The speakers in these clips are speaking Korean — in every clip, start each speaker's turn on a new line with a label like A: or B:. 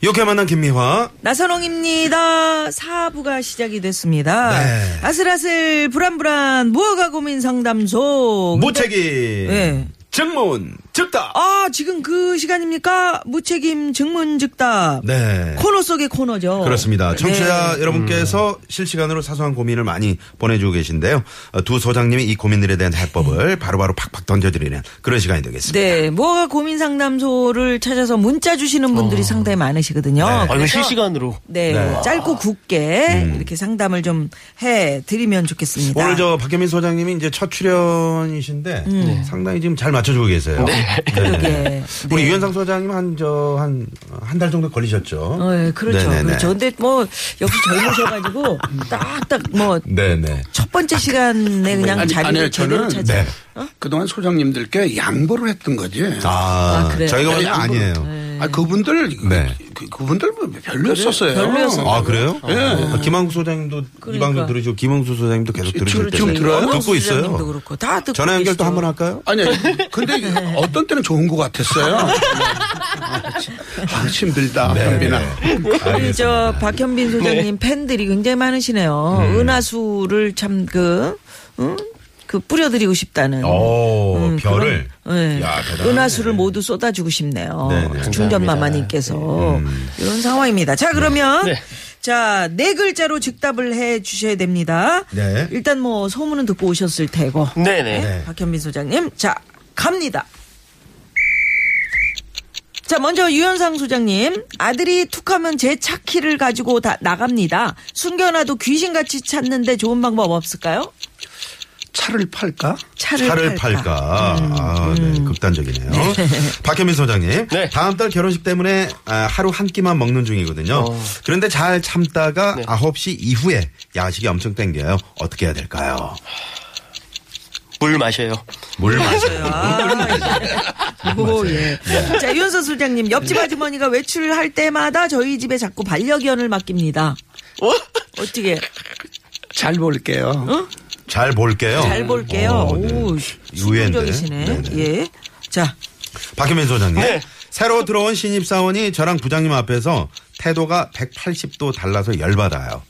A: 이렇게 만난
B: 어,
A: 김미화.
B: 나선홍입니다. 사부가 시작이 됐습니다.
A: 네.
B: 아슬아슬 불안불안 무허가 고민 상담소.
A: 무책임.
B: 네.
A: 증문. 즉답.
B: 아 지금 그 시간입니까? 무책임 증문즉답.
A: 네.
B: 코너 속의 코너죠.
A: 그렇습니다. 청취자
B: 네.
A: 여러분께서 실시간으로 사소한 고민을 많이 보내주고 계신데요. 어, 두 소장님이 이 고민들에 대한 해법을 바로바로 팍팍 던져드리는 그런 시간이 되겠습니다.
B: 네, 무허가 고민 상담소를 찾아서 문자 주시는 분들이
A: 어. 네.
B: 상당히 많으시거든요.
C: 아, 이거 실시간으로.
B: 네, 짧고 굵게 이렇게 상담을 좀 해 드리면 좋겠습니다.
A: 음. 오늘 저 박현민 소장님이 이제 첫 출연이신데
B: 음. 네.
A: 상당히 지금 잘 맞춰주고 계세요.
B: 그러게.
A: 우리
B: 네.
A: 유현상 소장님 한 저 한 한 달 정도 걸리셨죠.
B: 어, 예, 그렇죠.
A: 네네네.
B: 그렇죠. 근데 뭐 역시 젊으셔가지고 딱딱 뭐
A: 네네.
B: 첫 번째 시간에 그냥
D: 아니,
B: 자리를
D: 아니에요.
B: 제대로
D: 저는
B: 찾아.
A: 네.
D: 그동안 소장님들께 양보를 했던 거지. 아,
A: 아,
B: 아, 그래요?
A: 저희가 원래
D: 양보-
A: 아니에요.
D: 그분들, 그-
A: 네.
D: 그, 그분들 뭐 별로였었어요. 예.
B: 별로였어요.
A: 아 그래요? 아, 김한국 소장님도 이
B: 그러니까.
A: 방송 들으시고 김한수 소장님도 계속 들으실 때
D: 지금 들어요?
A: 듣고 있어요.
B: 도 그렇고 다 듣고
A: 전화 연결 또 한번 할까요?
D: 아니, 아니, 근데 어떤 때는 좋은 것 같았어요. 아, 참- 아, 힘들다,
A: 네.
D: 담비나.
B: 그
A: 아,
B: 우리 저 박현빈 소장님 팬들이 굉장히 많으시네요.
A: 음.
B: 은하수를 참 그 그 뿌려드리고 싶다는.
A: 어, 오,
B: 음,
A: 별을.
B: 그런, 예.
A: 야, 대단하네.
B: 은하수를 모두 쏟아주고 싶네요.
A: 네, 음. 네.
B: 중전마마님께서 이런 상황입니다. 자 그러면 자 네 글자로 즉답을 해 주셔야 됩니다.
A: 네.
B: 일단 뭐 소문은 듣고 오셨을 테고.
C: 네네.
A: 네.
B: 박현빈 소장님 자 갑니다. 자 먼저 유현상 소장님 아들이 툭하면 제 차 키를 가지고 다 나갑니다. 숨겨놔도 귀신같이 찾는데 좋은 방법 없을까요?
D: 차를 팔까?
B: 차를, 음,
A: 차를 팔까. 아, 네, 극단적이네요. 박현민 소장님.
C: 네.
A: 다음 달 결혼식 때문에 아, 하루 한 끼만 먹는 중이거든요. 그런데 잘 참다가 9시 이후에 야식이 엄청 땡겨요. 어떻게 해야 될까요?
C: 물 마셔요.
A: 물 마셔요.
B: 오, 예. 자, 유현서 소장님, 옆집 아주머니가 외출할 때마다 저희 집에 자꾸 반려견을 맡깁니다.
C: 어?
B: 어떻게,
D: 잘 볼게요.
A: 잘 볼게요.
B: 잘 볼게요.
A: 어, 네.
B: 오,
A: 의외인데.
B: 수적이시네.
A: 네네.
B: 예. 자,
A: 박혜민 소장님.
C: 네.
A: 새로 들어온 신입사원이 저랑 부장님 앞에서 태도가 180도 달라서 열받아요.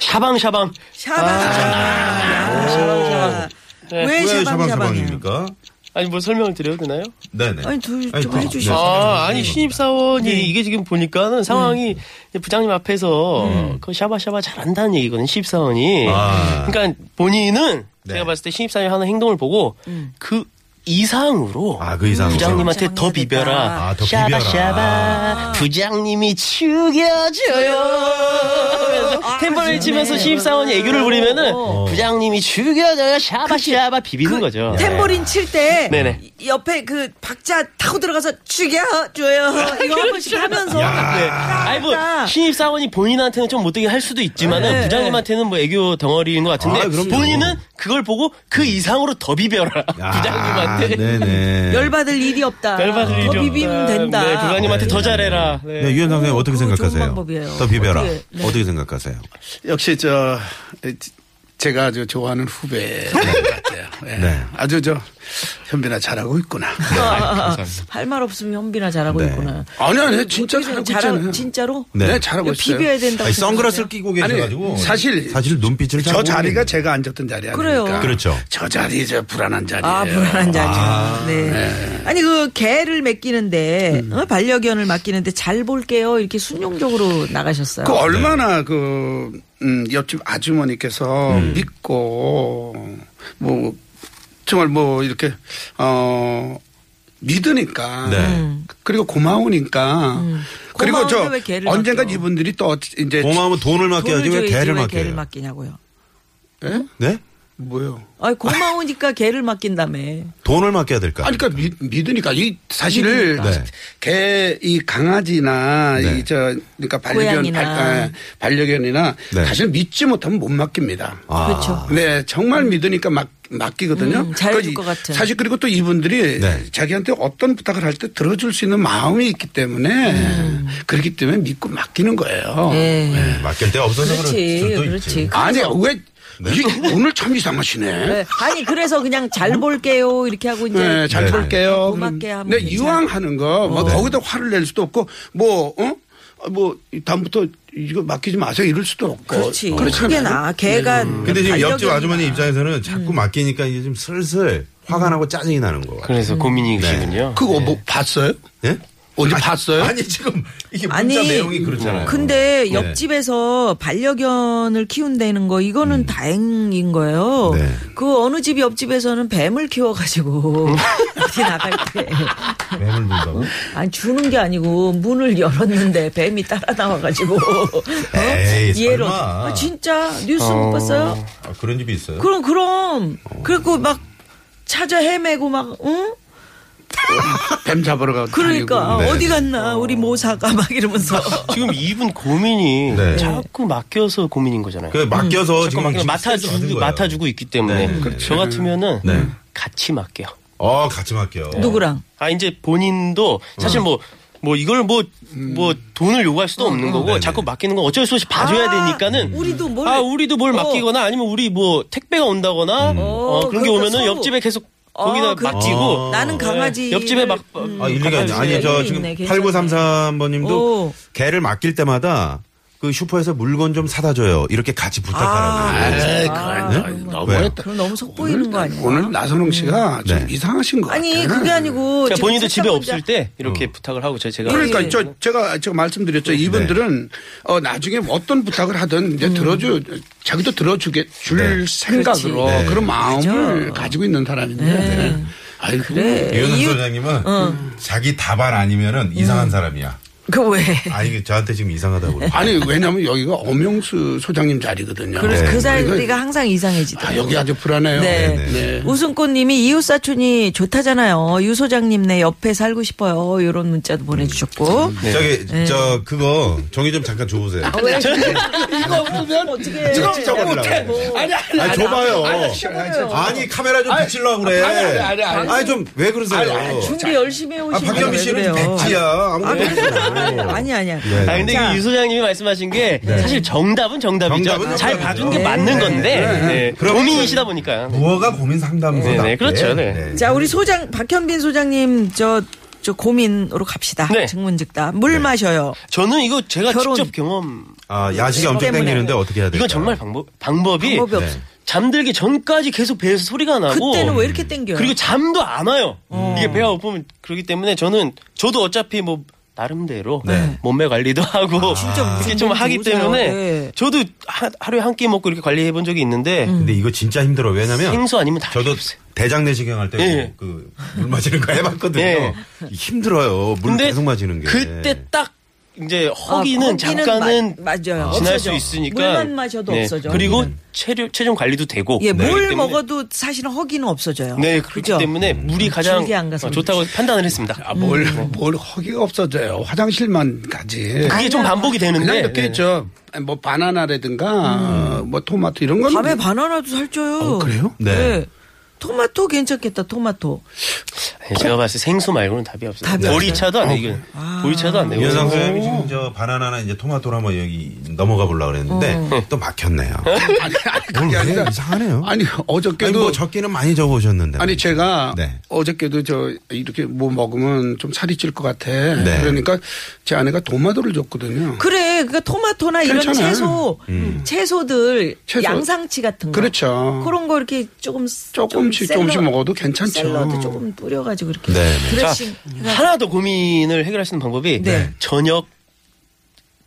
C: 샤방샤방.
B: 샤방, 아, 샤방. 샤방, 샤방.
C: 네.
B: 왜 샤방, 샤방이에요?
A: 샤방샤방입니까?
C: 아니, 뭐 설명을 드려도 되나요?
A: 네네.
B: 아니, 둘좀
A: 다-
B: 해주시죠.
A: 네.
C: 아, 아니, 신입사원이 이게 지금 보니까는 상황이 이제 부장님 앞에서 그 샤바샤바 잘한다는 얘기거든요, 신입사원이.
A: 아.
C: 그러니까 본인은
A: 네.
C: 제가 봤을 때 신입사원이 하는 행동을 보고 그 이상으로
A: 아, 그 이상으로.
C: 부장님한테
B: 부장님
C: 더
B: 해야 된다.
C: 비벼라.
A: 아, 더 비벼라.
C: 샤바샤바. 부장님이 죽여줘요.
B: 아,
C: 템버를
B: 그러네.
C: 치면서 신입사원이 애교를 부리면은
B: 어. 그
C: 부장님이 죽여줘요 샤바샤바 비비는 거죠. 네.
B: 탬버린 네. 칠 때
C: 네네.
B: 옆에 그 박자 타고 들어가서 죽여줘요 이거 한 번씩 하면서
C: 네. 아이 뭐 신입사원이 본인한테는 좀 못되게 할 수도 있지만은
B: 네.
C: 부장님한테는 뭐 애교 덩어리인 것 같은데
A: 아, 그럼요.
C: 본인은 그걸 보고 그 이상으로 더 비벼라
A: 아,
C: 부장님한테
A: 네네.
B: 열받을 일이 없다
C: 열받을 일이
B: 아, 더 비비면
C: 없다.
B: 된다
C: 네, 부장님한테 더 잘해라. 네.
A: 네, 유현 선생님 어떻게
B: 그거 좋은
A: 생각하세요?
B: 방법이에요.
A: 더 비벼라.
B: 어떻게-
A: 어떻게,
B: 네.
A: 생각하세요?
D: 역시 저 에, 제가 저 좋아하는 후배 같아요. 예.
A: 네.
D: 아주 저 현빈아 잘하고 있구나.
B: 어, 할 말 없으면 현빈아 잘하고
A: 네.
B: 있구나.
D: 아니 아니 진짜 잘하고
B: 잘하,
D: 있잖아요.
B: 진짜로?
A: 네.
D: 네, 잘하고
B: 이거
D: 있어요.
B: 비벼야 된다고.
A: 아니, 선글라스를
B: 생각하세요?
A: 끼고
D: 아니,
A: 계셔가지고.
D: 사실-
A: 사실 눈빛을 잘
D: 저 자리가
A: 모르겠네요.
D: 제가 앉았던 자리 아닙니까?
B: 그래요.
A: 그렇죠.
D: 저 자리 저 불안한 자리예요.
B: 아, 불안한 자죠. 네. 아니, 그, 개를 맡기는데,
A: 음.
B: 어? 반려견을 맡기는데 잘 볼게요. 이렇게 순종적으로 나가셨어요.
A: 네.
D: 그 얼마나 그 음, 옆집 아주머니께서
A: 음.
D: 믿고 뭐 정말 뭐 이렇게 어 믿으니까
A: 네. 음.
D: 그리고 고마우니까 그리고 저
B: 음. 고마운데 왜 개를
D: 언젠가
B: 맡겨?
D: 이분들이 또 어찌- 이제
A: 고마우면 돈을
B: 돈을
A: 맡겨야지
B: 줘야지
A: 왜 개를
B: 왜
A: 맡겨요?
B: 개를 맡기냐고요.
D: 예?
A: 네?
D: 뭐요?
B: 아이, 고마우니까 개를 맡긴다며.
A: 돈을 맡겨야 될까?
D: 아니, 그러니까 믿, 믿으니까 이 사실을
A: 믿으니까.
D: 개, 이 강아지나
A: 네.
D: 이 저 그러니까 반려견
B: 고양이나.
D: 발, 아, 반려견이나
A: 네.
D: 사실 믿지 못하면 못 맡깁니다.
A: 아.
B: 그렇죠.
D: 네, 정말 믿으니까 막 맡기거든요.
B: 음, 잘해줄
D: 그러니까
B: 것 같은.
D: 사실 그리고 또 이분들이
A: 네.
D: 자기한테 어떤 부탁을 할 때 들어줄 수 있는 마음이 있기 때문에
B: 음.
D: 그렇기 때문에 믿고 맡기는 거예요.
B: 예.
A: 네, 맡길 데 없어서 그럴
B: 그렇지,
A: 수도
B: 그렇지.
A: 있지.
D: 아니 왜
A: 네.
D: 이- 오늘 참 이상하시네.
B: 네. 아니 그래서 그냥 잘 볼게요 이렇게 하고 이제
D: 네, 잘
A: 네.
D: 볼게요.
B: 고맙게 하면
D: 네,
B: 괜찮아. 어.
D: 이왕 하는 거, 뭐, 거기다 화를 낼 수도 없고, 뭐, 어? 아, 뭐, 다음부터 이거 맡기지 마세요. 이럴 수도 없고.
B: 그렇지.
D: 그렇잖아요. 음.
B: 그게 나 개가.
A: 근데 지금 옆집
B: 반려견이나. 음.
A: 아주머니 입장에서는 자꾸 맡기니까 이게 좀 슬슬 화가 나고 짜증이 나는 거 같아요.
C: 그래서 고민이시군요.
D: 그거 뭐,
B: 네.
D: 봤어요?
A: 예?
D: 어디 봤어요?
A: 아니 지금 이게 문자
B: 아니,
A: 내용이 그렇잖아요.
B: 근데
A: 네.
B: 옆집에서 반려견을 키운다는 거 이거는 다행인 거예요.
A: 네.
B: 그 어느 집 옆집에서는 뱀을 키워가지고 어디 나갈 때
A: 뱀을 본다고?
B: 아니 주는 게 아니고 문을 열었는데 뱀이 따라 나와가지고 어?
A: 에이,
B: 이해를
A: 설마.
B: 어떡- 아, 진짜 뉴스 못 봤어요?
A: 아, 그런 집이 있어요?
B: 그럼 그럼 그리고 막 찾아 헤매고 막 응?
D: 뱀 잡으러 가고.
B: 그러니까
A: 네.
B: 어디 갔나 우리 모사가 막 이러면서
C: 지금 이분 고민이
A: 네.
C: 자꾸 맡겨서 고민인 거잖아요.
A: 그
B: 음,
A: 맡겨서 지금
C: 맡겨-
A: 지금 스트레스 받은
C: 맡아주고
A: 거예요.
C: 맡아주고 있기 때문에 그
A: 네.
C: 저 같으면은
A: 네.
C: 같이 맡겨.
A: 어 같이 맡겨.
B: 누구랑?
C: 아 이제 본인도 사실
A: 음.
C: 뭐. 뭐 이걸 뭐 뭐 돈을 요구할 수도 없는 거고
A: 네네.
C: 자꾸 맡기는 건 어쩔 수 없이 봐줘야
B: 아,
C: 되니까는
B: 우리도 뭘-
C: 아 우리도 뭘
B: 어.
C: 맡기거나 아니면 우리 뭐 택배가 온다거나
A: 음.
C: 어, 그런 게
B: 그러니까
C: 오면은
B: 서로-
C: 옆집에 계속
B: 어,
C: 거기다
B: 그렇죠.
C: 맡기고
B: 나는 음, 강아지
C: 네, 옆집에 막
A: 어. 아 일리가 있네.
C: 강아지.
A: 아니 저
B: 일리
A: 지금
B: 음, 있네. 괜찮네.
A: 8933번님도
B: 오.
A: 개를 맡길 때마다 그 슈퍼에서 물건 좀 사다 줘요. 이렇게 같이 부탁하라고. 네.
D: 에이, 그건 너무했다.
B: 아, 그럼 너무 속보이는 거 아니야?
D: 오늘 나선홍 씨가 좀
A: 네.
D: 이상하신 것
B: 아니
D: 같아요.
B: 그게 아니고
C: 제가
B: 지금
C: 본인도 집에
B: 책상
C: 없을 때
A: 어.
C: 이렇게 부탁을 하고 저- 제가
B: 예,
D: 그러니까 저 제가 제가
B: 네.
D: 말씀드렸죠. 이분들은 어, 나중에 어떤 부탁을 하든
B: 음.
D: 이제 들어줘 자기도 들어주게 줄
A: 네.
D: 생각으로
A: 그렇지. 네.
D: 그런 마음을 가지고 있는 사람인데. 네. 아이
B: 그래.
A: 유현석
B: 네, 이웃-
A: 소장님은
B: 어.
A: 자기 답안 아니면은
B: 음.
A: 이상한 사람이야.
B: 그 왜?
A: 아 이게 저한테 지금 이상하다고. 그러죠.
D: 아니 왜냐하면 여기가 엄영수 소장님
C: 네.
D: 자리거든요. 네.
B: 그래서 그
D: 이거-
B: 자리가 항상 이상해지더라고요.
D: 아, 여기 아주 불안해요.
B: 네.
A: 네,
D: 네.
B: 우승꽃님이 이웃 사촌이 좋다잖아요. 유 소장님 네 옆에 살고 싶어요. 이런 문자도 보내주셨고.
C: 음.
A: 저기 저 그거 종이 좀 잠깐 줘보세요.
B: 아, 왜? 이거 없으면 어, 어떻게?
A: 지금 잡아달라고.
D: 네, 아니 아니
A: 아니 줘봐요.
B: 싫어요.
A: 아니 카메라 좀 비치려고 그래.
D: 아니, 아니, 아니, 아니.
A: 좀 왜 그러세요?
D: 아니, 아니,
B: 준비 열심히 해오시는
A: 아, 박현미 씨는 백지야.
B: 아,
A: 아무도
B: 괜찮아. 아니 아니야.
A: 네.
C: 아 근데 그 유소장님이 말씀하신 게 사실 정답은 정답이죠.
A: 정답은
C: 잘
A: 정답이죠.
C: 봐준 게 맞는 건데 네.
A: 그럼-
C: 고민이시다 보니까.
A: 무허가 고민 상담소.
C: 네, 네, 그렇죠, 네.
B: 자 우리 소장 박현빈 소장님 저. 저 고민으로 갑시다.
C: 네.
B: 증문즉답. 물 마셔요.
C: 저는 이거 제가
B: 결혼.
C: 직접 경험.
A: 아, 야식이 엄청
B: 때문에.
A: 땡기는데 어떻게 해야 될까?
C: 이건 정말 방법 방법이,
B: 방법이
A: 네.
B: 없어.
C: 잠들기 전까지 계속 배에서 소리가 나고.
B: 그때는 왜 이렇게 땡겨요?
C: 아, 뭐. 그리고 잠도 안 와요. 이게 배가 고프면 그렇기 때문에 저는 저도 어차피 뭐 나름대로
A: 네.
C: 몸매 관리도 하고 이렇게 좀 하기
B: 좋으세요.
C: 때문에
B: 네.
C: 저도 하, 하루에 한 끼 먹고 이렇게 관리해 본 적이 있는데
A: 근데 이거 진짜 힘들어. 왜냐면
C: 생수 아니면 다
A: 네. 저도
C: 없어요.
A: 대장 내시경 할 때
C: 예.
A: 그 물 마시는 거 해봤거든요.
C: 예.
A: 힘들어요. 물 계속 마시는 게. 네.
C: 그때 딱 이제
B: 어,
C: 허기는
B: 거기는
C: 잠깐은
B: 마- 맞아요.
C: 지날 수
B: 없어져.
C: 있으니까
B: 물만 마셔도
C: 네.
B: 없어져.
C: 그리고
A: 음.
C: 체류, 체중 관리도 되고
B: 예,
C: 네.
B: 물
C: 때문에-
B: 먹어도 사실은 허기는 없어져요.
C: 네 그렇기
B: 그죠?
C: 때문에
A: 음.
C: 물이 가장
B: 줄기 안 가서
C: 어, 좋다고 판단을 했습니다.
B: 음.
C: 음.
D: 아,
A: 뭐.
D: 뭘, 뭘 허기가 없어져요. 화장실만
B: 네.
D: 가지.
C: 그게 좀 반복이
D: 그냥
C: 되는데
D: 몇 개 있죠. 뭐 바나나라든가
B: 음.
D: 뭐 토마토 이런 거는
B: 밤에 바나나도 살쪄요.
D: 어, 그래요?
A: 네.
B: 토마토 괜찮겠다. 토마토.
C: 네, 제가 봤을 때 생수 말고는 답이 없어요.
B: 답이
C: 보리차도 안 되고 보리차도 안 되고
A: 유현상 아. 네, 선생님이 지금 저 바나나나 이제 토마토로 한번 여기 넘어가 보려고 그랬는데 또 막혔네요. 음,
D: 아니, 아니 그게 아니라
A: 이상하네요.
D: 아니 어저께도
A: 아니,
D: 아니,
A: 뭐 적기는 많이 적어오셨는데.
D: 제가
A: 네.
D: 어저께도 저 이렇게 뭐 먹으면 좀 살이 찔 것 같아.
A: 네.
D: 그러니까 제 아내가 도마도를 줬거든요.
B: 그래. 그러니까 토마토나 이런
D: 괜찮아요. 음.
B: 채소, 채소들
D: 채소.
B: 양상치 같은 거.
D: 그렇죠.
B: 그런 거 이렇게 조금
D: 조금씩
B: 좀
D: 조금씩
B: 샐러-
D: 먹어도 괜찮죠. 음.
B: 샐러드 조금 뿌려 가지고 이렇게
A: 네, 네.
C: 자
B: 드레싱
C: 하나 더 고민을 해결할 수 있는 방법이
B: 네.
C: 저녁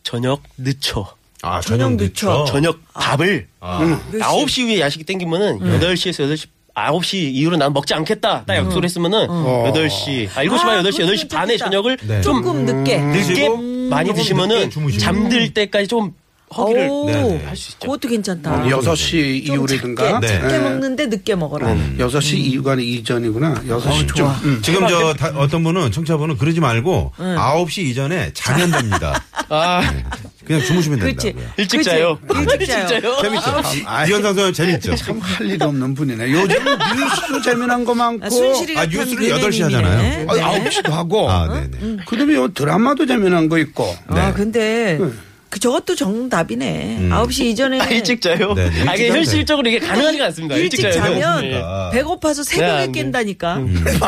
C: 저녁 늦춰
A: 아,
B: 저녁
A: 저녁
B: 늦춰.
A: 늦죠.
C: 저녁 밥을
A: 아.
C: 아홉 시 후에 야식이 땡기면은 여덟 시에서 여덟 시 아홉 시 이후로 난 먹지 않겠다. 딱 약속을 했으면은 여덟 시 아, 일곱 시
B: 아,
C: 반, 여덟 시
B: 그것도
C: 여덟 시 반에
B: 괜찮겠다.
C: 저녁을
A: 네.
C: 좀 음,
B: 조금 어. 늦게.
C: 늦게
A: 드시고
C: 많이
A: 조금
C: 드시면은
A: 늦게 주무시고.
C: 잠들 때까지 좀 허기를
B: 오,
A: 네, 네.
C: 할 수 있죠.
B: 그것도 괜찮다.
D: 음, 여섯 시
B: 좀
D: 이후라든가.
B: 작게,
D: 네, 음.
B: 작게
A: 네. 음.
B: 먹는데 음. 늦게 먹어라.
D: 여섯 시 이후가 이전이구나. 여섯 시 좀. 음.
A: 지금 저 다- 어떤 분은 청취자분은 그러지 말고 9시 이전에 자면 됩니다.
C: 아
A: 그냥 주무시면
B: 그렇지.
A: 된다고요.
C: 일찍
B: 그렇지.
C: 자요.
B: 일찍 자요.
A: 재밌죠?
D: 아이,
A: 이현상 소장 재밌죠?
D: 참 할 일 없는 분이네. 요즘 뉴스도 재미난 거 많고.
B: 아, 순실이
A: 아,
B: 같은
A: 뉴스를
B: 은행님이네.
A: 8시 하잖아요.
D: 아,
B: 네.
D: 홉시도 하고.
A: 아, 네네.
D: 그다음에 요 드라마도 재미난 거 있고.
B: 아, 근데 그 저것도 정답이네. 아 9시 이전에
C: 아, 일찍 자요.
A: 네, 네.
C: 아, 이게
A: 일찍 자면
C: 현실적으로 이게 가능하지가 않습니다. 일찍,
B: 일찍
C: 자요.
B: 자면
C: 네.
B: 배고파서
C: 네,
B: 새벽에
C: 안 돼.
B: 깬다니까. 그래서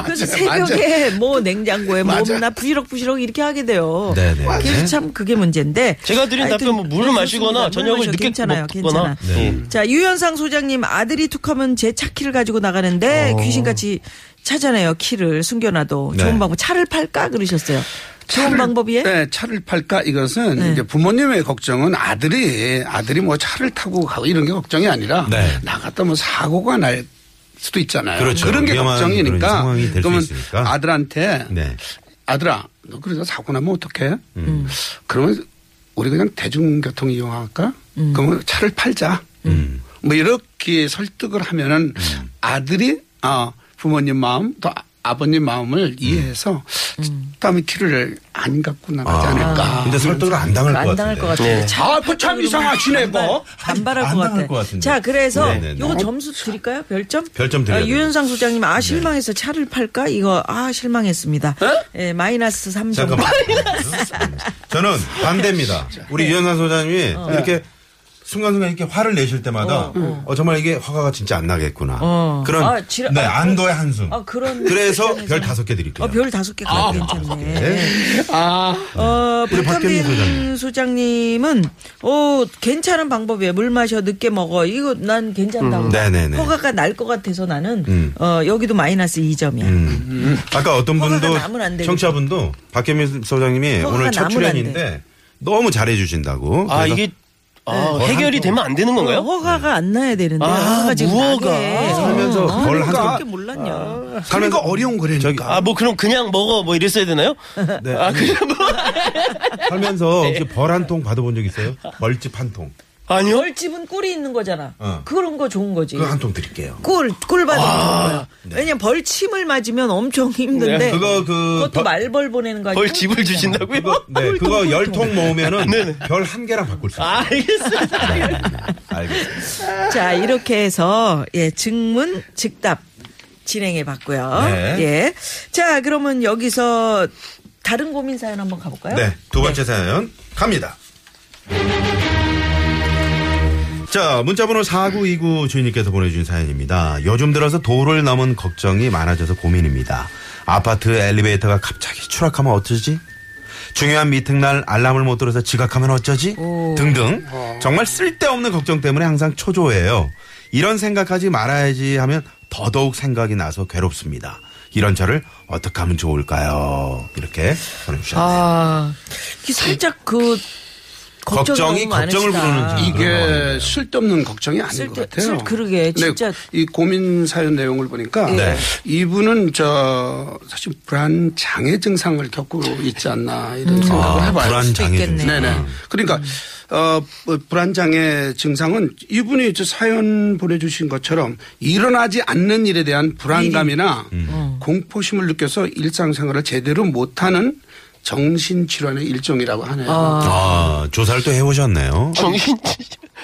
D: 맞아요,
B: 새벽에 뭐 냉장고에
D: 맞아요.
B: 뭐나 부시럭부시럭 이렇게 하게 돼요.
A: 네네.
B: 그래서
A: 맞아요.
B: 참 그게 문제인데.
C: 제가 드린
B: 하여튼
C: 답변 뭐 물을
B: 그렇습니다.
C: 마시거나
B: 물
C: 저녁을
B: 마셔.
C: 늦게
B: 괜찮아요.
C: 먹거나. 네.
B: 괜찮아. 자 유현상 소장님 아들이 툭하면 제 차 키를 가지고 나가는데 귀신같이 차잖아요 키를 숨겨놔도 좋은
A: 네.
B: 방법 차를 팔까 그러셨어요 좋은
D: 차를-
B: 방법이에요 네.
D: 네, 차를 팔까 이것은 이제 부모님의 걱정은 아들이 아들이 뭐 차를 타고 가고 이런 게 걱정이 아니라
A: 네.
D: 나갔다 뭐 사고가 날 수도 있잖아요.
A: 그렇죠.
D: 런게
A: 위험한 그런
D: 걱정이니까
A: 상황이 될수
D: 그러면
A: 있으니까.
D: 아들한테
A: 네.
D: 아들아 너 그래서 사고 나면 어떡해?
A: 음.
D: 그러면 우리 그냥 대중교통 이용할까? 그러면 차를 팔자.
A: 음.
D: 뭐 이렇게 설득을 하면은 아들이 아 부모님 마음 또 아- 아버님 마음을 이해해서 음. 땀이 키를 안 갖고 나가지 않을까.
A: 아. 근데 설득을 안 당할 것
B: 안
A: 같은데.
B: 당할 것 같아요. 자,
D: 아, 그참 이상하시네, 뭐.
B: 반발할
A: 안
B: 것,
A: 당할
B: 같아.
A: 것 같은데.
B: 자, 그래서
A: 네, 네, 네.
B: 요거
D: 어?
B: 점수 드릴까요? 별점?
A: 별점 드려야 네.
B: 아,
A: 돼요.
B: 유현상 소장님 아 실망해서 차를 팔까? 이거 아 실망했습니다. 예, 마이너스 3점.
A: 잠깐만. 저는 반대입니다.
B: 네.
A: 우리 유현상 소장님이
B: 어.
A: 이렇게 순간순간 이렇게 화를 내실 때마다 어, 정말 이게 화가 진짜 안 나겠구나.
B: 어.
A: 그런
B: 아, 지라-
A: 네,
B: 아,
A: 안도의 한숨.
B: 아, 그런
A: 그래서
B: 입장에서는-
A: 별 다섯 개 드릴게요.
B: 어, 별 다섯 개 아, 괜찮네. 어,
A: 우리 박현민
B: 박현민 소장님은, 어, 괜찮은 방법이에요. 물 마셔, 늦게 먹어. 이거 난 괜찮다고.
A: 음. 네네네.
B: 허가가 날 것 같아서 나는,
A: 음.
B: 어, 여기도 마이너스 2점이야.
A: 음. 아까 어떤
B: 허가가
A: 분도
B: 나면 안 되겠다.
A: 청취자분도 박현민 소장님이
B: 허가가
A: 오늘 첫
B: 나면 안 돼.
A: 출연인데 너무 잘해 주신다고.
C: 아, 이게 아, 해결이 되면 안 되는
B: 네. 어,
C: 건가요?
B: 허가가 안 나야 되는데.
C: 아,
B: 허가가 지금
C: 무허가.
B: 나게.
A: 살면서
B: 어,
A: 벌
B: 아,
A: 한
B: 그렇게 몰랐냐.
D: 그러니까 어려운 거라니까.
A: 저기-
C: 아, 뭐 그럼 그냥 먹어 뭐 이랬어야 되나요?
A: 네.
C: 아,
A: 아니,
C: 그냥 뭐
D: 네.
A: 살면서 혹시 벌 한 통 받아본 적 있어요? 벌집 한 통.
C: 아니요.
B: 벌집은 꿀이 있는 거잖아.
A: 어.
B: 그런 거 좋은 거지.
A: 그거 한 통 드릴게요.
B: 꿀, 꿀 받은 거야. 왜냐면 벌침을 맞으면 엄청 힘든데.
C: 네,
A: 그거 그
B: 그것도
A: 벌-
B: 말벌 보내는 거 아니야?
C: 벌 집을 주신다고요?
A: 네, 그거 열 통 모으면은 별 한 개랑 바꿀 수 있어요.
C: 아, 알겠습니다.
A: 알겠습니다.
B: 자, 이렇게 해서 예, 증문 즉답 진행해 봤고요.
A: 네.
B: 예. 자, 그러면 여기서 다른 고민 사연 한번 가 볼까요?
A: 네, 두 번째 사연 갑니다. 자, 문자번호 4929 주인님께서 보내주신 사연입니다. 요즘 들어서 도를 넘은 걱정이 많아져서 고민입니다. 아파트 엘리베이터가 갑자기 추락하면 어쩌지? 중요한 미팅 날 알람을 못 들어서 지각하면 어쩌지? 등등.
B: 어.
A: 정말 쓸데없는 걱정 때문에 항상 초조해요. 이런 생각하지 말아야지 하면 더더욱 생각이 나서 괴롭습니다. 이런 저를 어떻게 하면 좋을까요? 이렇게 보내주셨네요.
B: 아, 이게 살짝 그
A: 걱정이
B: 걱정이, 너무
A: 걱정을
B: 많으시다.
A: 부르는지.
D: 이게
A: 들어가는데요.
D: 쓸데없는 걱정이 아닌
B: 쓸데-
D: 것 같아요.
B: 쓸- 그러게,
D: 네,
B: 진짜.
D: 이 고민 사연 내용을 보니까
A: 네.
D: 이분은 저 사실 불안 장애 증상을 겪고 있지 않나 이런
B: 음.
D: 생각을
A: 아,
D: 해봐요.
A: 불안 장애
B: 있겠네.
A: 증상.
D: 네네. 그러니까 어, 뭐 불안 장애 증상은 이분이 저 사연 보내주신 것처럼 일어나지 않는 일에 대한 불안감이나
B: 음.
D: 음. 공포심을 느껴서 일상생활을 제대로 못하는 정신 질환의 일종이라고 하네요.
A: 아, 조사를 또 해오셨네요.
C: 정신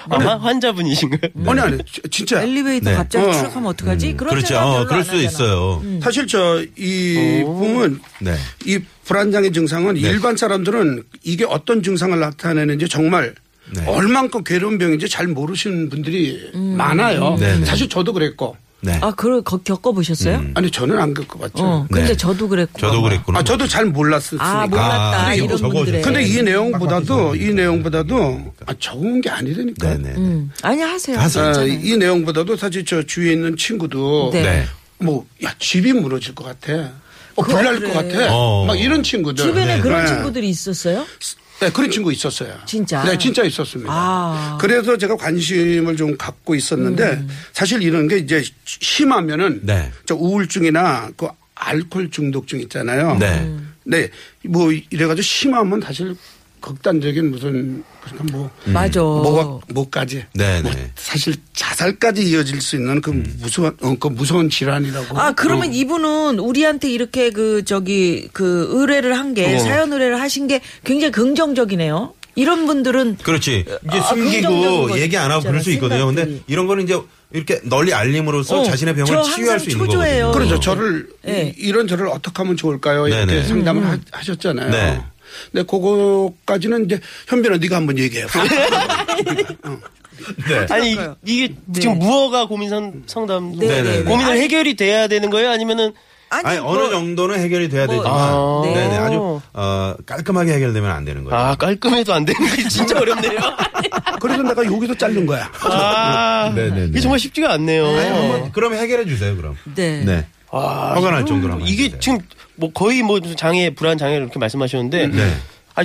C: 아, 환- 환자분이신가요?
D: 아니 아니 지- 진짜
B: 음. 엘리베이터
A: 네.
B: 갑자기
D: 어.
B: 추락하면 어떡하지? 그런
A: 그렇죠.
B: 생각 별로
A: 어,
B: 안
A: 그럴 수
B: 하잖아. 음.
A: 있어요.
D: 사실 저 이 부분은
A: 네.
D: 이 불안장애 증상은 일반 사람들은 이게 어떤 증상을 나타내는지 정말
A: 네.
D: 얼만큼 괴로운 병인지 잘 모르시는 분들이 많아요.
A: 음. 네네.
D: 사실 저도 그랬고
A: 네.
B: 아, 그걸 거- 겪어보셨어요?
D: 아니 저는 안 겪어봤죠.
B: 어, 근데
A: 음. 네.
B: 저도 그랬고.
A: 저도 그랬구나.
D: 아 저도 잘 몰랐으니까.
B: 아, 몰랐다.
A: 아,
B: 이런
A: 적어주세요.
B: 분들의.
D: 근데 이 내용보다도
A: 빡빡이
D: 이 내용보다도 아, 적은 게 아니라니까.
A: 네네.
B: 음. 아니, 하세요.
A: 하세요.
D: 아,
B: 괜찮아요.
D: 이 내용보다도 사실 저 주위에 있는 친구도
B: 네.
A: 네.
D: 뭐 야 집이 무너질 것 같아. 어,
B: 그거
D: 불날
B: 그래.
D: 것 같아.
A: 어.
D: 막 이런 친구들.
B: 주변에
D: 네.
B: 그런
D: 네.
B: 친구들이 있었어요?
D: 네, 그런 친구 있었어요.
B: 진짜?
D: 네, 진짜 있었습니다.
B: 아.
D: 그래서 제가 관심을 좀 갖고 있었는데
B: 음.
D: 사실 이런 게 이제 심하면은
A: 네.
D: 저 우울증이나 그 알코올 중독증 있잖아요.
A: 네. 음.
D: 네, 뭐 이래가지고 심하면 사실 극단적인 무슨 그러니까 뭐
B: 음. 맞아.
D: 뭐가 뭐까지
A: 네네. 음.
D: 뭐 사실 자살까지 이어질 수 있는 그 무서운 어, 그 무서운 질환이라고.
A: 어.
D: 어.
B: 아 그러면 이분은 우리한테 이렇게 그 저기 그 의뢰를 한 게
C: 어.
B: 사연 의뢰를 하신 게 굉장히 긍정적이네요. 이런 분들은
A: 그렇지. 이제
B: 아, 긍정적인
A: 숨기고
B: 거지.
A: 얘기 안 하고 그럴 수 있거든요. 근데
B: 생각들이.
A: 이런 거는 이제 이렇게 널리 알림으로써
B: 어,
A: 자신의
B: 저
A: 병을
B: 항상
A: 치유할 수 있는
B: 초조해요.
A: 거거든요.
D: 그렇죠. 저를
B: 네. 음.
D: 이- 이런 저를 어떻게 하면 좋을까요? 이렇게
A: 네네.
D: 상담을 하, 하셨잖아요.
A: 네.
D: 근데 그거까지는 이제 현빈아 네가 한번 얘기해 봐.
A: 네.
C: 아니 이게 지금 무허가 고민 상- 상담
B: 네,
A: 네, 네.
C: 고민을 해결이 돼야 되는 거예요? 아니면은
B: 아니,
A: 아니,
B: 뭐
A: 어느 정도는 해결이 돼야 되지만
C: 아, 네.
A: 네네 아주 어, 깔끔하게 해결되면 안 되는 거예요.
C: 아 깔끔해도 안 되는 게 진짜 어렵네요.
D: 그래서 내가 여기서 자른 거야.
C: 아
A: 네, 네, 네.
C: 이게 정말 쉽지가 않네요.
A: 아니, 한번 그럼 해결해 주세요. 그럼.
B: 네.
A: 네.
C: 와,
A: 화가 날
C: 이거-
A: 정도로 한번
C: 아, 이게
A: 해주세요.
C: 지금 뭐 거의 뭐 무슨 장애 불안 장애 이렇게 말씀하셨는데
A: 네.
C: 아,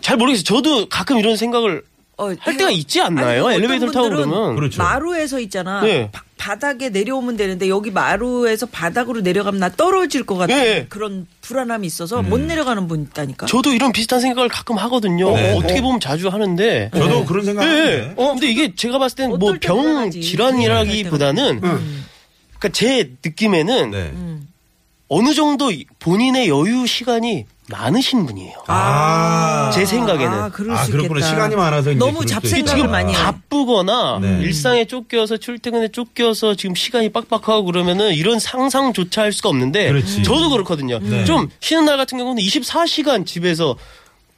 C: 잘 모르겠어요. 저도 가끔 이런 생각을
B: 어,
C: 할 때가
B: 해요.
C: 있지 않나요?
B: 아니,
C: 엘리베이터
B: 어떤
C: 타고
B: 분들은
C: 그러면
A: 그렇죠.
B: 마루에서 있잖아.
C: 네.
B: 바- 바닥에 내려오면 되는데 여기 마루에서 바닥으로 내려가면 나 떨어질 것 같은
C: 예, 예.
B: 그런 불안함이 있어서
A: 음.
B: 못 내려가는 분 있다니까.
C: 저도 이런 비슷한 생각을 가끔 하거든요.
A: 네.
C: 어떻게 보면 자주 하는데
A: 저도 그런 생각
C: 네.
A: 하는데.
C: 어, 근데 이게 제가 봤을 땐
B: 어떨 때
C: 뭐 병
B: 불안하지. 네.
C: 질환이라기보다는 그러니까 제 느낌에는
A: 네.
B: 음.
C: 어느 정도 본인의 여유 시간이 많으신 분이에요.
A: 아.
C: 제 생각에는.
B: 아, 그럴
A: 아,
B: 수
A: 그렇구나.
B: 있겠다.
A: 시간이 많아서 이제
B: 너무
A: 그럴 수도
B: 잡생각을
A: 있구나.
B: 많이 해.
C: 바쁘거나
A: 네.
C: 일상에 쫓겨서 출퇴근에 쫓겨서 지금 시간이 빡빡하고 그러면은 이런 상상조차 할 수가 없는데
A: 그렇지.
C: 저도 그렇거든요.
A: 네.
C: 좀 쉬는 날 같은 경우는 24시간 집에서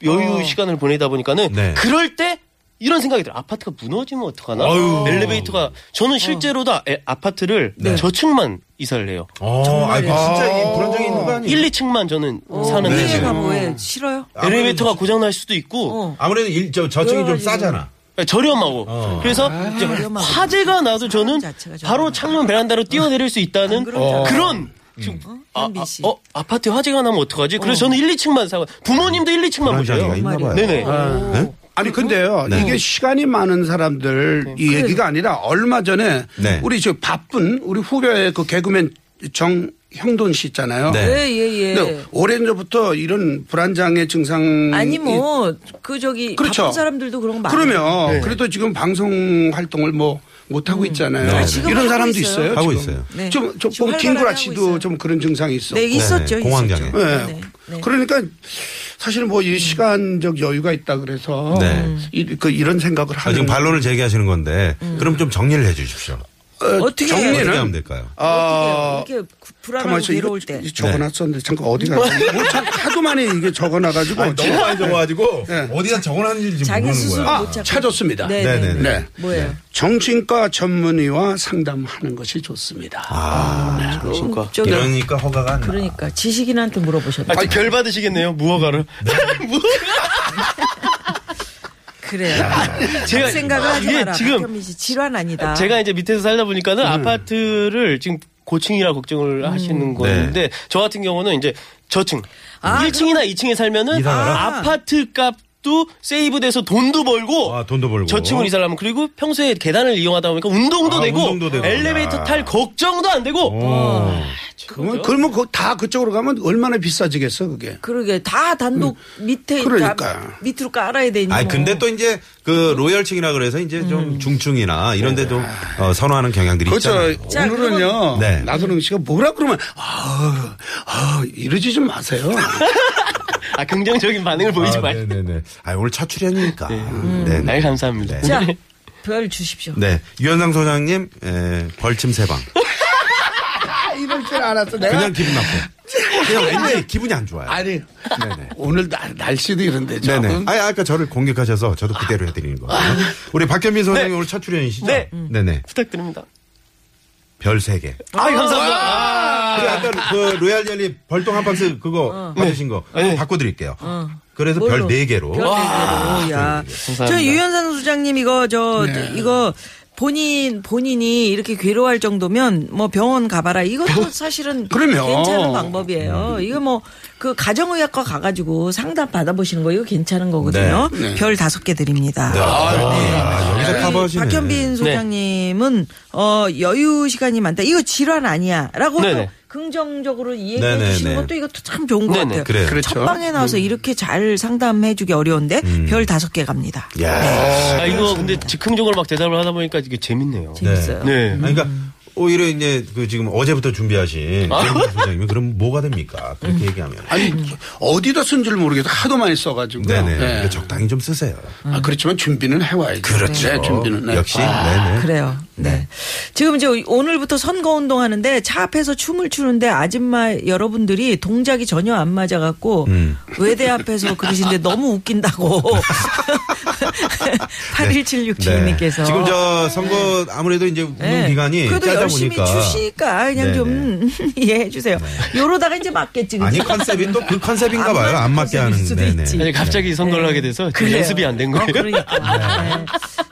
C: 여유 시간을 보내다 보니까는
A: 어. 네.
C: 그럴 때 이런 생각이 들어요. 아파트가 무너지면 어떡하나?
A: 아유.
C: 엘리베이터가
B: 어.
C: 저는 실제로도 에- 아파트를
A: 네.
C: 저층만 이사를 해요.
A: 어, 아, 진짜 이 불안정이 있는 거 아니에요?
C: 1, 2층만 저는
B: 어.
C: 사는데
A: 네,
B: 이해가
C: 지금
B: 뭐해? 싫어요?
C: 엘리베이터가 고장 날 수도 있고
B: 네. 어.
A: 아무래도 일, 저, 저층이 좀
B: 여러 가지로.
A: 싸잖아.
C: 예, 저렴하고
A: 어.
C: 그래서 이제
B: 저렴하고.
C: 화재가 나도 저는
B: 자체가 저렴하고. 아,
C: 바로 창문 베란다로 뛰어내릴 수 있다는
B: 그런 줄 알았어.
C: 그런
A: 음.
C: 지금 아,
B: 현빈 씨.
C: 아, 어, 아파트에 화재가 나면 어떡하지? 그래서 저는 1, 2층만 사고 부모님도 1, 2층만 보셔요.
A: 불안정이가 있나 봐요.
C: 네네.
B: 아. 어.
A: 네?
D: 아니 근데요 이게 시간이 많은
B: 네.
D: 사람들 이 얘기가 아니라 얼마 전에
A: 네.
D: 우리 저 바쁜 우리 후배의 그 개그맨 정형돈 씨 있잖아요.
A: 네.
B: 예, 예,
D: 근데
B: 예.
D: 오랜 전부터 이런 불안장애 증상
B: 아니 뭐 그 저기
D: 그렇죠.
B: 바쁜 사람들도 그런 거 많아요. 네.
D: 그러면 그래도 지금 방송 활동을 뭐 못 하고 있잖아요.
A: 네. 아,
B: 음. 지금
D: 이런
B: 하고
D: 사람도
B: 있어요?
D: 있어요.
A: 하고
D: 지금.
A: 있어요.
B: 네.
D: 좀, 좀,
B: 지금
D: 뭐
B: 활발하게
D: 김구라
B: 하고
D: 씨도
B: 있어요.
D: 좀 그런 증상이 있어.
B: 네, 있었죠.
A: 공황장애.
B: 있었죠.
D: 예.
B: 네, 네. 음.
D: 그러니까 사실 뭐 이 시간적 여유가 있다 그래서
A: 네.
D: 이, 그 이런 생각을
A: 아,
D: 하는
A: 지금 반론을 제기하시는 건데, 그럼 좀 정리를 해 주십시오.
B: 어떻게 해요?
D: 정리는
A: 어떻게 하면 될까요?
D: 아,
B: 어떻게 이렇게 구-
D: 가만히
B: 불안하고
D: 있어. 이거
B: 괴로울 때.
D: 적어놨었는데 잠깐 어디 가뭘 참- 하도 많이 이게 적어놔가지고
B: 아,
D: 제가-
A: 많이 적어가지고,
D: 네.
A: 어디다 적어놨는지 지금
B: 자기 스스로
D: 아,
B: 못 찾고.
D: 찾았습니다.
B: 네,
A: 네네네.
B: 네.
D: 네.
B: 뭐예요?
D: 정신과 전문의와 상담하는 것이
A: 아,
D: 좋습니다.
C: 그러니까.
B: 저기
A: 이러니까 허가가 안 나.
B: 그러니까 지식인한테 물어보셨다.
C: 아, 별 받으시겠네요. 무허가를.
B: 그래요.
C: 제가
B: 생각을 하지
C: 이게
B: 마라.
C: 지금
B: 박현민 씨 질환 아니다.
C: 제가 이제 밑에서 살다 보니까는
A: 음.
C: 아파트를 지금 고층이라 걱정을 하시는
A: 네.
C: 건데 저 같은 경우는 이제 저층
B: 아,
C: 1층이나 2층에 살면은
A: 이사가라?
C: 아, 파트 값도 세이브돼서 돈도 벌고
A: 아, 돈도 벌고.
C: 저층을 이사를 하면 그리고 평소에 계단을 이용하다 보니까 운동도,
A: 아,
C: 되고,
A: 운동도 되고.
C: 엘리베이터 탈 걱정도 안 되고
A: 오.
D: 그러면, 그러면 그거 다 그쪽으로 가면 얼마나 비싸지겠어 그게.
B: 그러게 다 단독 밑에
D: 그러니까.
B: 다 밑으로 깔아야 되니까.
A: 아 근데 또 이제 그 로열층이라 그래서 이제 좀 중층이나 이런 데도 어, 선호하는 경향들이
D: 그렇죠.
A: 있잖아요.
B: 자,
D: 오늘은요.
B: 그러면-
A: 네.
D: 나선홍 씨가 뭐라 그러면 아, 아 이러지 좀 마세요.
C: 아 긍정적인 반응을 뭐 보이지
A: 아,
C: 말고
A: 네네네. 아, 오늘 첫 출연이니까. 네. 네.
C: 날 감사합니다.
B: 자, 별 주십시오.
A: 네. 유현상 소장님, 에, 벌침 세방.
D: 아, 이럴 줄 알았어. 내가
A: 그냥 기분 나빠. 그냥 왠지 기분이 안 좋아요.
D: 아니
A: 네네.
D: 오늘 날, 날씨도 이런데 좀.
A: 네네. 아니, 아까 저를 공격하셔서 저도 그대로 해드리는 거예요. 우리 박현민 소장님 오늘 첫 출연이시죠?
C: 네.
A: 네네.
C: 부탁드립니다.
A: 별 세개
C: 아 감사합니다.
A: 그 아까 그 로얄 젤리 벌떡 한 박스 그거 받으신 거
C: 네.
A: 바꿔드릴게요. 그래서 별
B: 뭘로?
A: 네개로
B: 와, 야. 저 유현상 소장님 이거 저 이거 본인 본인이 이렇게 괴로워할 정도면 뭐 병원 가봐라. 이것도 사실은
D: 그럼요.
B: 괜찮은 방법이에요. 이거 뭐 그 가정의학과 가가지고 상담 받아보시는 거 이거 괜찮은 거거든요. 별 다섯 개 드립니다.
A: 네. 아, 여기서
B: 우리
A: 커버하시네.
B: 박현빈 소장님은 어 여유 시간이 많다. 이거 질환 아니야라고
C: 네네.
B: 긍정적으로 이해해
A: 네네네.
B: 주시는 것도 이것도 참 좋은 것
C: 네네,
B: 같아요.
A: 그래요. 음.
D: 그렇죠.
B: 첫 방에 나와서 이렇게 잘 상담해 주기 어려운데 별 다섯 개 갑니다.
A: 야.
C: 아, 이거 근데 즉흥적으로 막 대답을 하다 보니까 이게 재밌네요.
B: 재밌어요.
C: 네.
A: 아니, 그러니까 오히려 이제 그 지금 어제부터 준비하신 김 소장님이 그럼 뭐가 됩니까? 그렇게 얘기하면.
D: 아니 어디다 쓴 줄 모르겠어 하도 많이 써가지고.
A: 네네.
D: 네.
A: 그러니까 적당히 좀 쓰세요.
D: 아, 그렇지만 준비는 해와야죠.
A: 그렇죠.
D: 네, 준비는 네.
A: 역시
D: 아,
A: 네네.
B: 그래요. 네. 지금 이제 오늘부터 선거 운동하는데 차 앞에서 춤을 추는데 아줌마 여러분들이 동작이 전혀 안 맞아갖고
A: 음.
B: 외대 앞에서 그러신데 너무 웃긴다고 8176 주인님께서
A: 네. 지금 저 선거 아무래도 이제 운동
B: 네.
A: 기간이
B: 그래도
A: 짧다
B: 열심히
A: 보니까
B: 주시니까 그냥 좀 이해해 주세요. 요러다가 이제 맞겠지. 그치?
A: 아니 컨셉이 또 그 컨셉인가
B: 안
A: 봐요. 안
B: 맞는
A: 맞게
B: 컨셉일
A: 하는
B: 수도
A: 네네.
B: 있지.
C: 아니, 갑자기 선거를 하게 돼서 지금
B: 그래요.
C: 연습이 안 된
B: 어,
C: 거예요.
B: 그러니까. 네.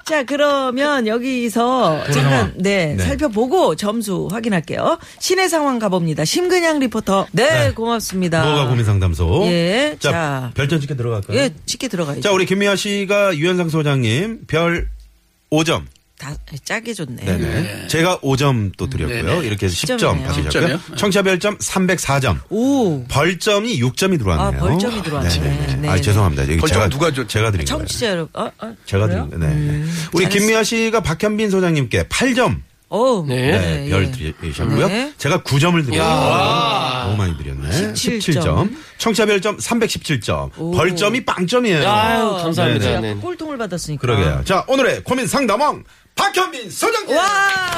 B: 자, 그러면 여기서 잠깐 네,
A: 네.
B: 살펴보고 점수 확인할게요. 시내 상황 가봅니다. 심근양 리포터. 네, 고맙습니다.
A: 뭐가 고민 상담소.
B: 예,
A: 자,
B: 자.
A: 별점 찍게 들어갈까요?
B: 예, 쉽게 들어가야죠.
A: 자, 우리 김미아 씨가 유현상 소장님 별 5점.
B: 다 예, 짜게 줬네.
A: 네네.
B: 음.
A: 제가 5점 또 드렸고요. 이렇게 해서 10점
B: 점이네요.
A: 받으셨고요.
D: 점이요?
A: 청취자 별점 304점.
B: 오.
A: 벌점이 6점이 들어왔네요.
B: 아, 벌점이 들어왔네.
A: 네네.
B: 네,
A: 아,
B: 네.
A: 죄송합니다. 여기
D: 벌점
A: 제가
D: 누가 줬죠?
A: 제가 드린 거예요.
B: 청취자 여러분. 어, 어,
A: 제가
B: 그래요?
A: 드린
B: 음.
A: 거예요. 네. 우리 김미아 씨가 박현빈 소장님께 8점
B: 오.
C: 네.
A: 네, 별 드리셨고요.
B: 예. 네.
A: 제가 9점을 드렸어요. 너무 많이 드렸네.
B: 17
A: 17점. 청취자 별점 317점. 벌점이 빵점이에요.
C: 아유, 감사합니다.
B: 네.
C: 네.
B: 꼴통을 받았으니까.
A: 그러게요. 자, 오늘의 고민 상담원 박현빈 소장님.
B: 와!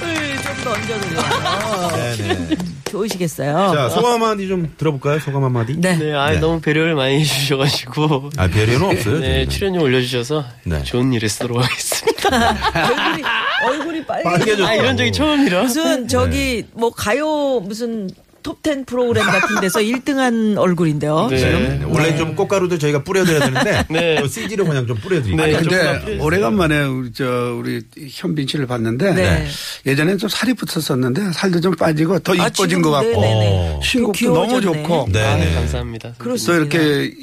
B: 출연료를 아! 좀더 얹어드려요.
A: 네네.
B: 좋으시겠어요?
A: 자, 소감 한마디 좀 들어볼까요? 소감 한마디.
B: 네.
C: 네, 아
A: 네.
C: 너무 배려를 많이 해주셔가지고.
A: 아, 배려는 없어요.
C: 네,
A: 저희는.
C: 출연료 올려주셔서
A: 네.
C: 좋은 일에 쓰도록 하겠습니다.
B: 얼굴이, 얼굴이 빨개.
A: 빨개졌어.
C: 아, 이런 적이 처음이라.
B: 무슨 저기 뭐 가요 무슨 톱10 프로그램 같은 데서 1등한 얼굴인데요.
C: 네.
A: 네. 원래 좀 꽃가루도 저희가 뿌려드려야 되는데
C: 네.
A: 또 CG로 그냥 좀 뿌려드릴게요.
C: 네.
A: 아,
C: 조금
D: 근데
C: 앞에
D: 오래간만에 우리 저 우리 현빈 씨를 봤는데
B: 네.
D: 예전엔 좀 살이 붙었었는데 살도 좀 빠지고 더
B: 아,
D: 이뻐진
B: 지금
D: 것 같고 어.
A: 어.
B: 네네네.
D: 신곡도
B: 또
D: 너무
B: 귀여워졌네.
D: 좋고
A: 네.
C: 아,
A: 네.
C: 감사합니다.
B: 그렇습니다.
D: 또 이렇게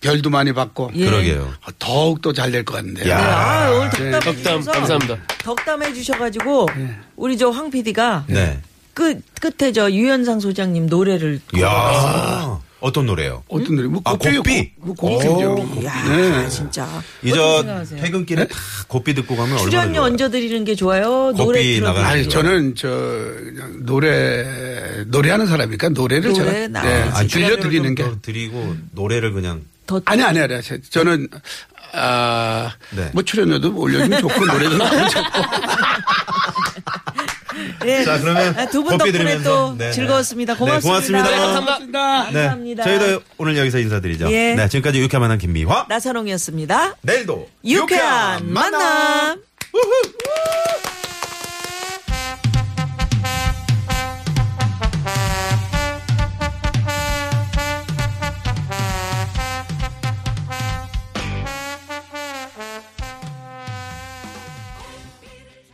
D: 별도 많이 받고 어,
B: 예.
A: 그러게요.
D: 더욱 더 잘 될 것 같은데.
A: 야.
B: 네, 아, 오늘 덕담해
C: 덕담,
B: 주셔서
C: 감사합니다.
B: 덕담해 주셔가지고 우리 저 황 PD가
A: 네.
B: 끝 끝에 저 유현상 소장님 노래를
C: 네.
A: 예. 야 어떤 노래요?
D: 어떤 노래? 뭐
A: 아,
D: 곱비요.
A: 곱비.
D: 뭐 곱비죠.
B: 야 아,
D: 네.
B: 진짜 어떻게
A: 이저
B: 생각하세요?
A: 퇴근길에 다 곱비 듣고 가면 얼마나
B: 출연료
A: 좋아요.
B: 얹어 드리는 게 좋아요. 노래
A: 곱비
B: 틀어
A: 나가는
D: 아니 저는 저 그냥 노래 노래하는 사람이니까 노래를
B: 노래
D: 제가 네,
B: 나와야지.
A: 아니,
D: 들려 드리는
A: 출연료를
D: 게
A: 좀더 드리고 노래를 그냥
B: 더
D: 아니 아니 아니 저- 저는 아뭐
A: 네.
D: 출연료도 올려주면 좋고 노래도 나오면 좋고
B: 예.
A: 자, 그러면
B: 아, 두분
A: 커피
B: 덕분에
A: 드리면서.
B: 또
A: 네, 네.
B: 즐거웠습니다.
A: 네,
B: 고맙습니다.
A: 고맙습니다. 네,
C: 감사합니다.
A: 네.
B: 감사합니다.
A: 저희도 오늘 여기서 인사드리죠.
B: 예.
A: 네, 지금까지 유쾌한 만남 김미화.
B: 나선홍이었습니다.
A: 내일도
B: 유쾌한 만남.
A: 우후!